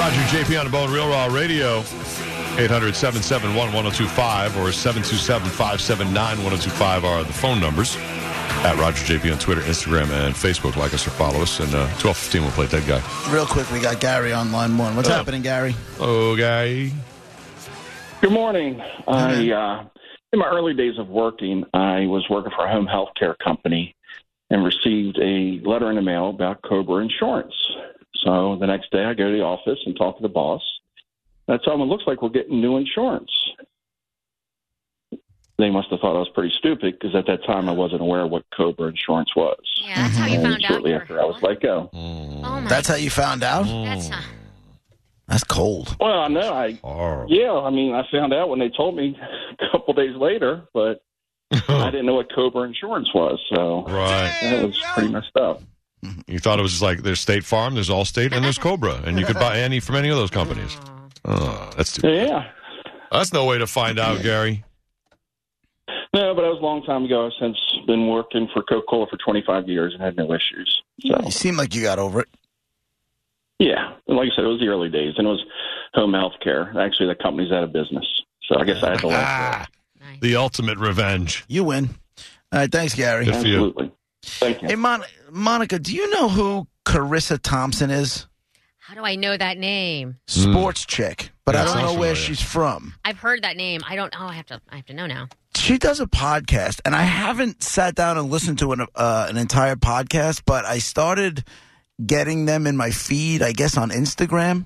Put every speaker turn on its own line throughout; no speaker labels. Roger JP on the Bone Real Raw Radio. 800 771 1025 or 727 579 1025 are the phone numbers. At Roger JP on Twitter, Instagram, and Facebook. Like us or follow us. And uh, 1215 we'll play Dead Guy.
Real quick, we got Gary on line one. What's
Oh.
happening, Gary?
Oh, guy.
Good morning. I, uh, in my early days of working, I was working for a home health care company and received a letter in the mail about Cobra Insurance. So the next day, I go to the office and talk to the boss. That's all. It looks like we're getting new insurance. They must have thought I was pretty stupid because at that time I wasn't aware what Cobra Insurance was.
Yeah, that's how you
And
found out.
Mm-hmm. shortly
you were
after I was
home.
let go.
oh my,
That's how you found
Mm-hmm.
out?
that's
Mm.
not.
That's cold.
Well, I know I
Horrible.
Oh. Yeah, I mean, I found out when they told me a couple days later, but I didn't know what Cobra Insurance was, so
Right.
that was pretty messed up.
You thought it was like there's State Farm, there's Allstate, and there's Cobra. And you could buy any from any of those companies. Oh, that's stupid.
Yeah,
That's no way to find out, Gary.
no, but that was a long time ago. I've since been working for Coca Cola for 25 years and had no issues. So
You seem like you got over it.
yeah, and like I said, it was the early days, and it was home health care. Actually, the company's out of business, so I guess I had to laugh.
Ah,
Nice.
the ultimate revenge.
You win. All right, thanks, Gary.
Good for you.
Absolutely, thank you.
Hey, Mon- Monica, do you know who Carissa Thompson is?
How do I know that name?
Sports chick, but
Yeah,
I don't
sounds
know
familiar.
where she's from.
I've heard that name. I don't. Oh, I have to. I have to know now.
She does a podcast, and I haven't sat down and listened to an uh, an entire podcast, but I started getting them in my feed, I guess, on Instagram.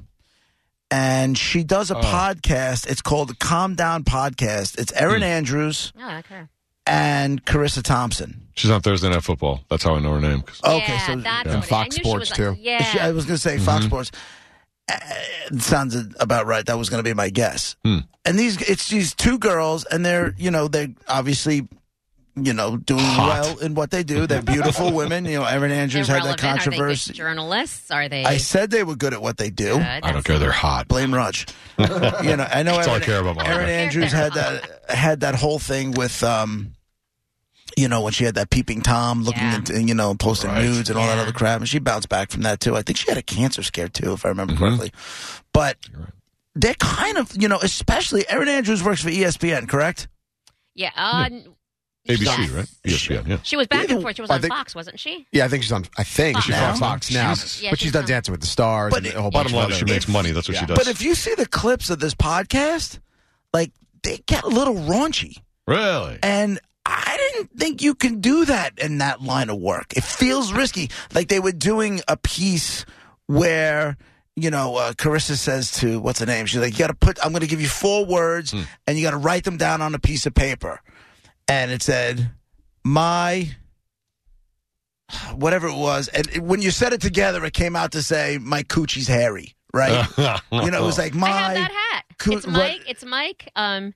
And she does a podcast. It's called the Calm Down Podcast. It's Erin Andrews
No, Oh, I like her.
and Carissa Thompson.
She's on Thursday Night Football. That's how I know her name. 'cause-
Okay,
yeah,
so
that's
And
what it- I
Fox
knew
Sports,
she was
too.
Like, yeah,
She- I was going to say
Mm-hmm.
Fox Sports. Uh, it sounds about right. That was going to be my guess.
Hmm.
And these, it's these two girls, and they're, you know, they're obviously, you know, doing
Hot.
well in what they do. They're beautiful women. You know, Erin
They're
Andrews had that
relevant. Are they good
controversy.
journalists? Are they?
I said they were good at what they do.
good?
I don't care. They're hot.
Blame Raj. you know, I know.
That's all I
Erin-
care about, Monica.
Erin Andrews had that had that whole thing with, um, you know, when she had that peeping tom looking
Yeah.
into, you know, and posting
Right.
nudes and all that
Yeah.
other crap, and she bounced back from that too. I think she had a cancer scare too, if I remember correctly. But
Mm-hmm. You're right.
they're kind of, you know, especially Erin Andrews works for E ESPN, correct?
Yeah. Uh,
ABC,
yes.
right? E ESPN, yeah.
She was back and forth. She was
I
on
think-
Fox, wasn't she?
Yeah, I think she's on. I think she's
Now?
on Fox
Yeah,
now, but she's,
she's
done
on-
Dancing with the Stars.
But
and
it-
a whole bunch
Bottom
of
line is
other-
she makes money. That's what she
Yeah.
does.
But if you see the clips of this podcast, like they get a little raunchy,
really?
and I didn't think you can do that in that line of work. It feels risky. Like they were doing a piece where. You know, uh, Carissa says to what's her name? She's like, "You got to put. I'm going to give you four words, and you got to write them down on a piece of paper." And it said, "My whatever it was. And it- when you said it together, it came out to say, "My coochie's hairy," right? you know, it was like
I have
my
that hat.
Could-
it's
what-
Mike. It's Mike. Um,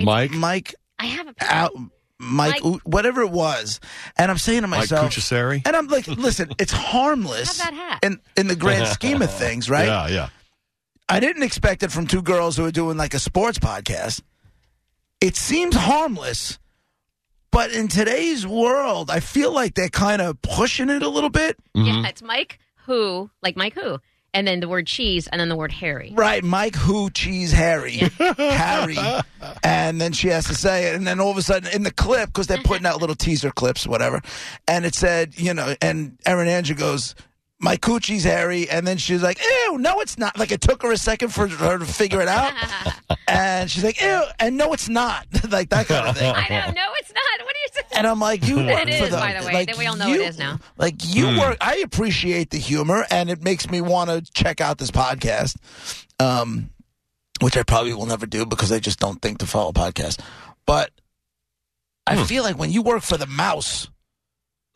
Mike?
Mike
I have a.
out. Mike,
Mike-
Oot- whatever it was, and I'm saying to
Mike
myself,
Cuchisari?
and I'm like, listen, it's harmless
Have that hat.
in in the grand scheme of things, right?
Yeah, yeah.
I didn't expect it from two girls who are doing like a sports podcast. It seems harmless, but in today's world, I feel like they're kind of pushing it a little bit.
Yeah, it's Mike who, like Mike who, and then the word cheese, and then the word Harry.
Right, Mike Who Cheese Harry. Harry. And then she has to say it. And then all of a sudden, in the clip, because they're putting out little teaser clips, whatever. And it said, you know, and Erin Andrew goes, my coochie's hairy, and then she's like, "Ew, no, it's not." Like it took her a second for her to figure it out, and she's like, "Ew," and no, it's not. like that kind of thing.
I don't know. It's not. What are you saying?
And I'm like, you work
It
for
is,
the,
by the way.
Like,
We all know
you,
it is now.
Like you work. I appreciate the humor, and it makes me want to check out this podcast, um, which I probably will never do because I just don't think to follow podcasts. But I feel like when you work for the mouse,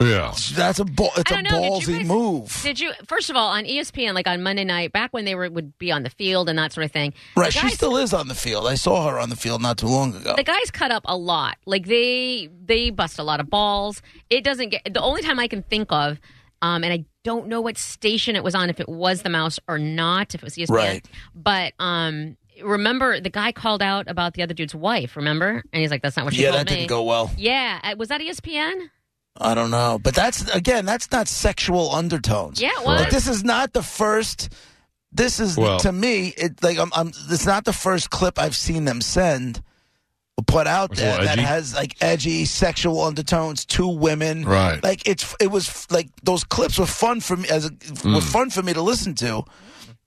Yeah.
that's a ball. It's a
I don't know. Did you
ballsy
guys-
move.
Did you first of all on E ESPN like on Monday night back when they were would be on the field and that sort of thing? the
Right, she
guys-
still is on the field. I saw her on the field not too long ago.
the guys cut up a lot. Like they they bust a lot of balls. It doesn't get the only time I can think of, um, and I don't know what station it was on, if it was the mouse or not, if it was E ESPN.
Right.
But um, remember the guy called out about the other dude's wife. Remember, and he's like, "That's not what she
Yeah,
told
that
me."
didn't go well.
Yeah, uh, was that ESPN?
I don't know, but that's again, that's not sexual undertones.
Yeah, it
Like,
was.
this is not the first. this is
Well-
to me. It like I'm, I'm. It's not the first clip I've seen them send. or Put out
It's a little
there that
edgy.
has like edgy sexual undertones to women,
Right.
Like it's it was like those clips were fun for me as a,
Mm.
were fun for me to listen to,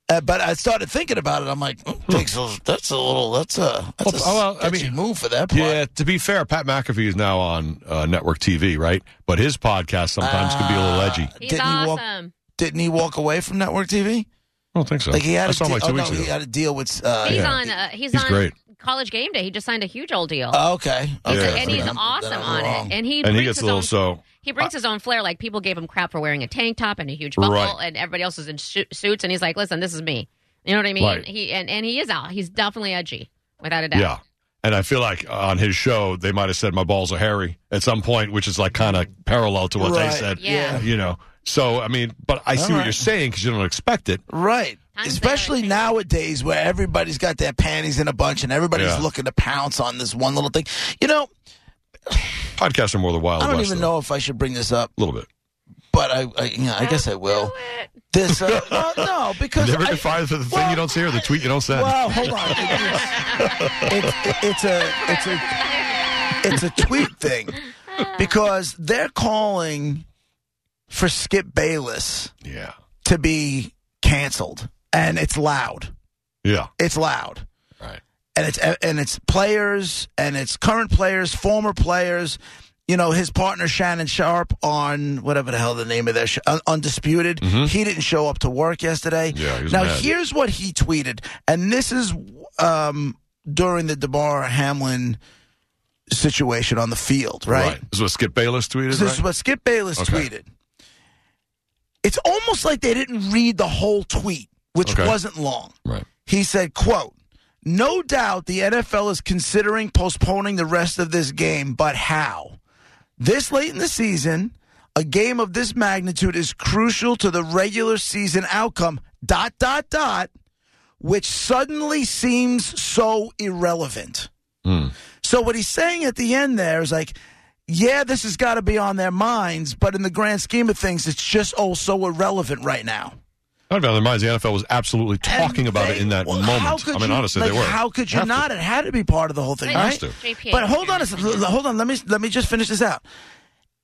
uh, but I started thinking about it. I'm like, "Oh, takes a- that's a little that's a that's a
Well, well, I
sketchy
mean,
move for that. Part.
Yeah, to be fair, Pat McAfee is now on uh, network TV, right? But his podcast sometimes can be a little edgy. Uh, I
Ah,
He's
Didn't you walk-
awesome.
didn't he walk away from network TV?
don't think so.
Like he had
I
a
saw him
de-
like two
oh,
weeks
no,
ago.
he had a deal with. Uh,
he's
yeah.
on. Uh, he's,
He's
on
great.
College Game Day. He just signed a huge old deal,
Oh, okay.
Yeah,
okay.
I
and he's
think
I'm-
awesome
I'm
on
wrong.
it. And he
and he
brings
gets a
his
little
own,
so.
he brings his own flair. Like people gave him crap for wearing a tank top and a huge buckle,
Right.
and everybody else is in su- suits, and he's like, "Listen, this is me." You know what I mean?
Right.
He and, and he is out. He's definitely edgy, without a doubt.
Yeah. And I feel like on his show, they might have said, My balls are hairy at some point, which is like kind of parallel to what
Right,
they said.
yeah.
You know, so I mean, but I see what
right.
you're saying because you don't expect it.
Right.
Times
Especially
everything.
nowadays where everybody's got their panties in a bunch and everybody's
Yeah.
looking to pounce on this one little thing. You know,
Podcasts are more the wild
I don't
west.
even
though.
know if I should bring this up,
A little bit.
but I I, you know, I guess I will.
Do it.
This uh, well, no, because
Never
I,
define the thing you
well,
don't see or the tweet you don't send.
Well, hold on. It- It's, it- it's a it's a it's a tweet thing because they're calling for Skip Bayless
yeah.
to be canceled, and it's loud.
Yeah.
It's loud.
Right.
and it's and it's players and it's current players, former players. You know his partner Shannon Sharp on whatever the hell the name of their sh- Un- Undisputed. He didn't show up to work yesterday.
Mm-hmm. Yeah, he was
now
mad.
here's what he tweeted, and this is um, during the Debar Hamlin situation on the field, right?
This is what Skip Bayless tweeted.
This is
right?
what Skip Bayless
Okay.
tweeted. It's almost like they didn't read the whole tweet, which
Okay.
wasn't long.
Right.
He said, quote, no doubt the NFL is considering postponing the rest of this game, but how? This late in the season, a game of this magnitude is crucial to the regular season outcome, dot, dot, dot, which suddenly seems so irrelevant. So what he's saying at the end there is like, yeah, this has got to be on their minds, but in the grand scheme of things, it's just oh so irrelevant right now.
I don't know. Their minds, the NFL was absolutely talking
And
about
they-
it in that
well,
moment.
How could
I mean,
you,
honestly,
like,
they were.
How could you
Have to.
not? It had to be part of the whole thing,
Right.
right?
Has to.
JPA.
But hold on a second. L- Hold on. Let me let me just finish this out.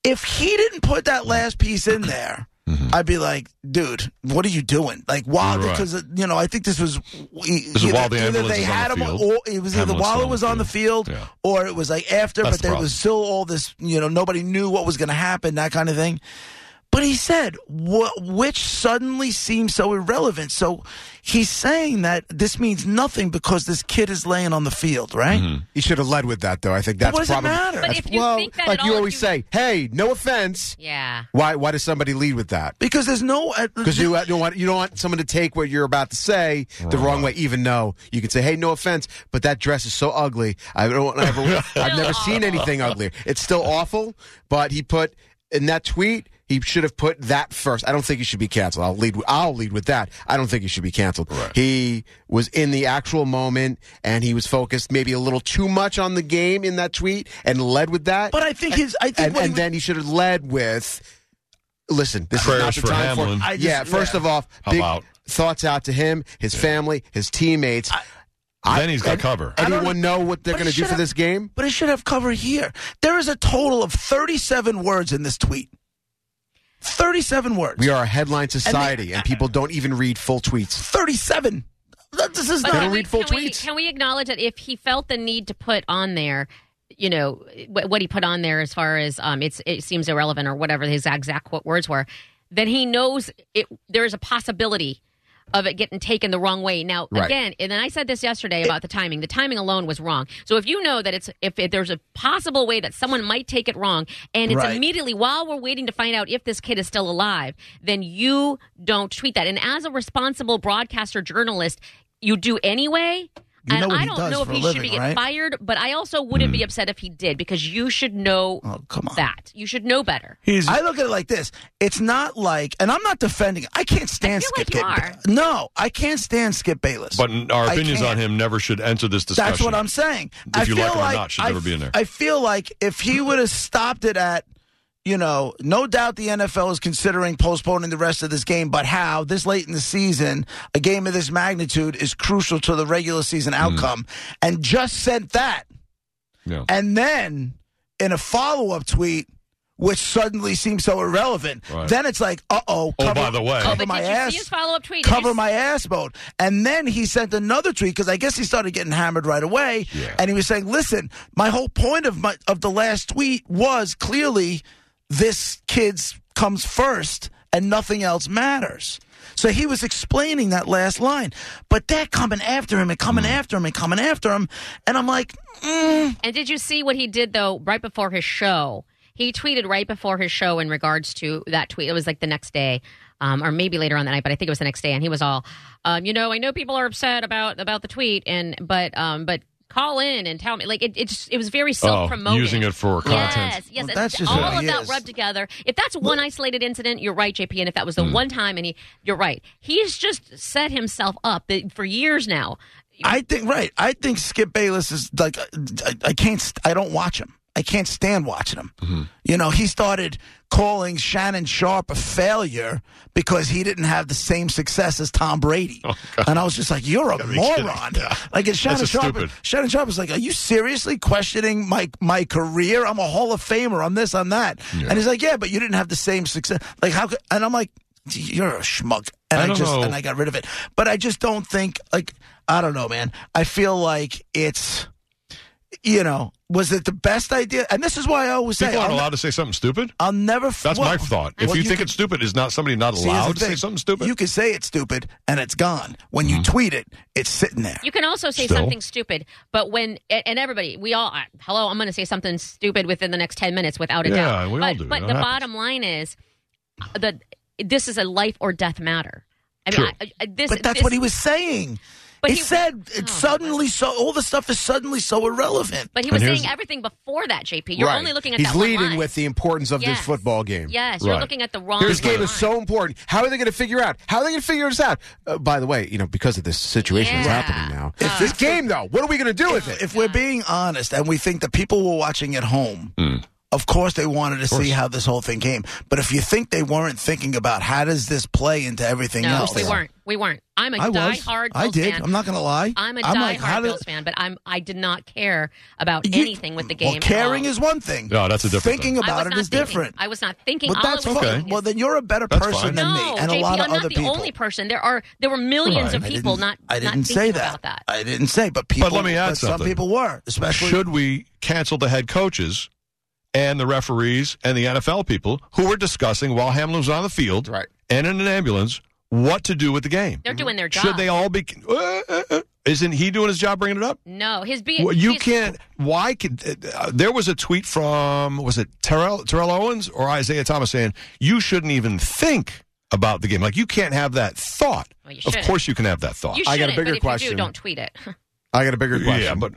If he didn't put that last piece in there, I'd be like, dude, what are you doing? Like, wow,
Mm-hmm. Right.
because uh, you know, I think this was this
is while the ambulance
they
is on
had
the
him,
field.
or it was either
Ambulance
while
is
it
on
was
the
on the field,
Yeah.
or it was like after,
That's the
but there
problem.
was still all this, you know, nobody knew what was going to happen, that kind of thing. But he said, wh- which suddenly seems so irrelevant. So he's saying that this means nothing because this kid is laying on the field, right?
Mm-hmm.
He should have led with that, though. I think that's
what does it
probably.
matter? But
that's-
if you
well,
think that
like
at
you
all,
always
you-
say, "Hey, no offense."
Yeah.
Why? Why does somebody lead with that?
Because there's no.
Because you uh, don't want you don't want someone to take what you're about to say the wrong way. Even though you can say, "Hey, no offense," but that dress is so ugly. I don't ever. I've never seen anything uglier. It's still awful. But he put in that tweet. He should have put that first. I don't think he should be canceled. I'll lead. with- I'll lead with that. I don't think he should be canceled. He was in the actual moment and he was focused maybe a little too much on the game in that tweet and led with that.
But I think his. I think
and,
what
and
he,
then he should have led with, "Listen, this
Prayers
is not the
for
time
Hamlin.
for."
I just-
yeah, first
yeah.
of all,
How
big
about-
thoughts out to him, his family, his teammates.
then he's got cover.
Anyone know what they're
But
going
he
to do
should
for
have-
this game?
But it should have cover here. There is a total of 37 words in this tweet. 37 words.
We are a headline society, and, people don't even read full tweets.
37. That- This is
But
not.
don't
can we-
read full
can we-
tweets.
can we acknowledge that if he felt the need to put on there, you know, wh- what he put on there as far as um, it's it seems irrelevant or whatever his exact quote words were, then he knows it. There is a possibility of it getting taken the wrong way. Now,
Right.
again, and then I said this yesterday about the timing. The timing alone was wrong. So if you know that it's if, if there's a possible way that someone might take it wrong, and it's
Right.
immediately while we're waiting to find out if this kid is still alive, then you don't tweet that. And as a responsible broadcaster journalist, you do anyway.
You
and
know what
I
he
don't
does
know if
for a
he should
living,
be
right? Hmm.
fired, but I also wouldn't be upset if he did because you should know
Oh, come on.
that. You should know better.
He's
I look at it like this. It's not like, and I'm not defending. I can't stand
feel
Skip.
like you
Ba- No, I can't stand Skip Bayless.
But our
I
opinions on
can't.
him never should enter this discussion.
That's what I'm saying.
If
I
you like
feel
him or not, should
I,
never be in there.
I feel like if he would have stopped it at, you know, no doubt the NFL is considering postponing the rest of this game, but how this late in the season, a game of this magnitude is crucial to the regular season
Hmm.
outcome, and just sent that.
Yeah.
And then in a follow up tweet, which suddenly seems so irrelevant,
Right.
then it's like, uh oh,
Oh, by the way.
Oh,
cover
but
my
did you
ass.
see his follow up tweet? Did
Cover
you-
my ass mode. And then he sent another tweet because I guess he started getting hammered right away.
Yeah.
And he was saying, "Listen, my whole point of my of the last tweet was clearly this kid's comes first, and nothing else matters." So he was explaining that last line, but that coming after him and coming after him and coming after him, and I'm like, mm,
And did you see what he did though right before his show? He tweeted right before his show in regards to that tweet. It was like the next day, um, or maybe later on that night, but I think it was the next day. And he was all, um, you know, I know people are upset about about the tweet, and but um, but call in and tell me. Like it, it just it was very self
Oh,
promoting.
using it for content.
Yes, yes.
Well,
and
that's just
all
what
of
he
that
is.
rubbed together. If that's one isolated incident, you're right, JP. And if that was the
Hmm.
one time, and he, you're right, he's just set himself up that- for years now.
I think right. I think Skip Bayless is like I, I can't. st- I don't watch him. I can't stand watching him.
Mm-hmm.
You know, he started calling Shannon Sharp a failure because he didn't have the same success as Tom Brady,
Oh,
and I was just like, "You're a moron!" Like, is Shannon
just
Sharp,
stupid.
Shannon Sharp was like, "Are you seriously questioning my my career? I'm a Hall of Famer. I'm this. I'm that." And he's like, "Yeah, but you didn't have the same success. Like, how?" Could, and I'm like, "You're a schmuck." And
I
I,
don't
just
know.
and I got rid of it. But I just don't think like I don't know, man. I feel like it's you know, was it the best idea? And this is why I always say
People aren't
I'll, ne-
allowed to say something stupid.
I'll never. f-
That's
well-
my thought. If
well,
you, think
could-
it's stupid, is not somebody not
see, here's the
allowed to say
thing.
something stupid? Mm-hmm.
You can say it's stupid and it's gone. When you tweet it, it's sitting there.
You can also say
Still.
something stupid, but when a- and everybody, we all, I- hello, I'm going to say something stupid within the next ten minutes, without a
Yeah,
doubt.
we all
but
do.
but
That
the
happens.
bottom line is that this is a life or death matter. I mean,
True.
I, I, this.
but that's
this-
what he was saying.
But
he,
he-
said
Oh,
it's suddenly so. All the stuff is suddenly so irrelevant.
But he was
And here's-
saying everything before that, JP. You're
Right.
only looking at
He's
that
leading
one line.
with the importance of
Yes.
this football game.
Yes, you're
Right.
looking at the wrong.
This game
line.
is so important. How are they going to figure out? How are they going to figure this out? Uh, by the way, you know, because of this situation that's
Yeah.
happening now.
If
this game, though, what are we going to do with it?
if we're being honest and we think the people were watching at home,
Hmm.
of course they wanted to see how this whole thing came. But if you think they weren't thinking about how does this play into everything
No,
else,
we weren't. We weren't. I'm a
I was.
diehard.
I
Bills
did.
Fan.
I'm not going to lie.
I'm a
I'm
diehard
like, how did-
Bills fan, but I'm. I did not care about
You-
anything with the game.
Well,
at
caring
all.
is one thing.
No, that's a different
Thinking
thing.
I was
about it
not
is
thinking.
different.
I was not thinking.
But
all
that's
I was
fine.
thinking is-
Well, then you're a better
That's
person
fine.
than
no,
me and
JP,
a lot
I'm
of
not
other
the
people.
only person. There are there were millions
Right.
of
I
people
didn't-
not.
I
not
didn't say
thinking
that.
about that.
I didn't say, but people.
let me add
Some
something.
people were, especially.
Should we cancel the head coaches and the referees and the NFL people who were discussing while Hamlin was on the field
Right.
and in an ambulance what to do with the game?
Mm-hmm.
They're doing their job.
Should they all be? Uh, uh, uh, isn't he doing his job bringing it up?
No, his being.
Well, you
he's-
can't. Why could uh, there was a tweet from was it Terrell, Terrell Owens or Isaiah Thomas saying you shouldn't even think about the game. Like you can't have that thought.
Well, you
of
shouldn't.
course, you can have that thought.
You
I
shouldn't.
got a bigger
but if You do,
question.
don't tweet it.
I got a bigger question.
yeah, but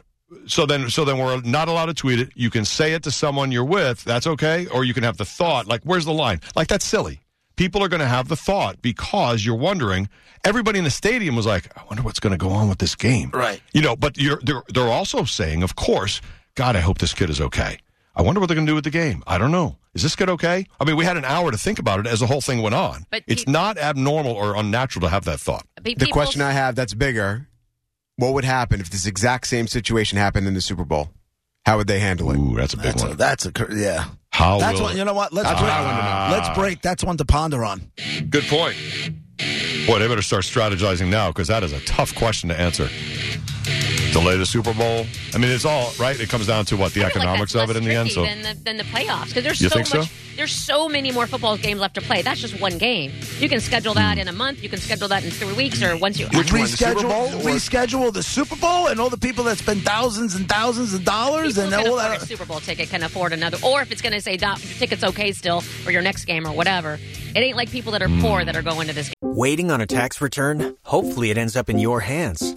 so then so then we're not allowed to tweet it. You can say it to someone you're with. That's okay. Or you can have the thought. Like where's the line? Like that's silly. People are going to have the thought because you're wondering. Everybody in the stadium was like, "I wonder what's going to go on with this game."
Right.
You know, but you're, they're, they're also saying, of course, God, I hope this kid is okay. I wonder what they're going to do with the game. I don't know. Is this kid okay? I mean, we had an hour to think about it as the whole thing went on.
But
it's
he-
not abnormal or unnatural to have that thought.
Pe-
the
people-
question I have that's bigger what would happen if this exact same situation happened in the Super Bowl? How would they handle it?
Ooh, that's a big
That's
one.
a, that's a cur- yeah.
How
That's
will
one. You know what? Let's
That's
break.
what I wanna know.
Let's break. That's one to ponder on.
Good point. Boy, they better start strategizing now because that is a tough question to answer. Delay the Super Bowl. I mean, it's all right. It comes down to what the
I feel like
economics
that's
of it
less
in the end. So
tricky than the, than the playoffs because there's
You
so
think so?
much. There's so many more football games left to play. That's just one game. You can schedule that in a month. You can schedule that in three weeks or once you.
one, the Super
reschedule,
Bowl or-
reschedule the Super Bowl, and all the people that spend thousands and thousands of dollars, and
People who can
all
afford
that.
a Super Bowl ticket can afford another, or if it's going to say "Doc, your ticket's okay still for your next game or whatever. It ain't like people that are poor that are going to this game.
Waiting on a tax return? Hopefully, it ends up in your hands.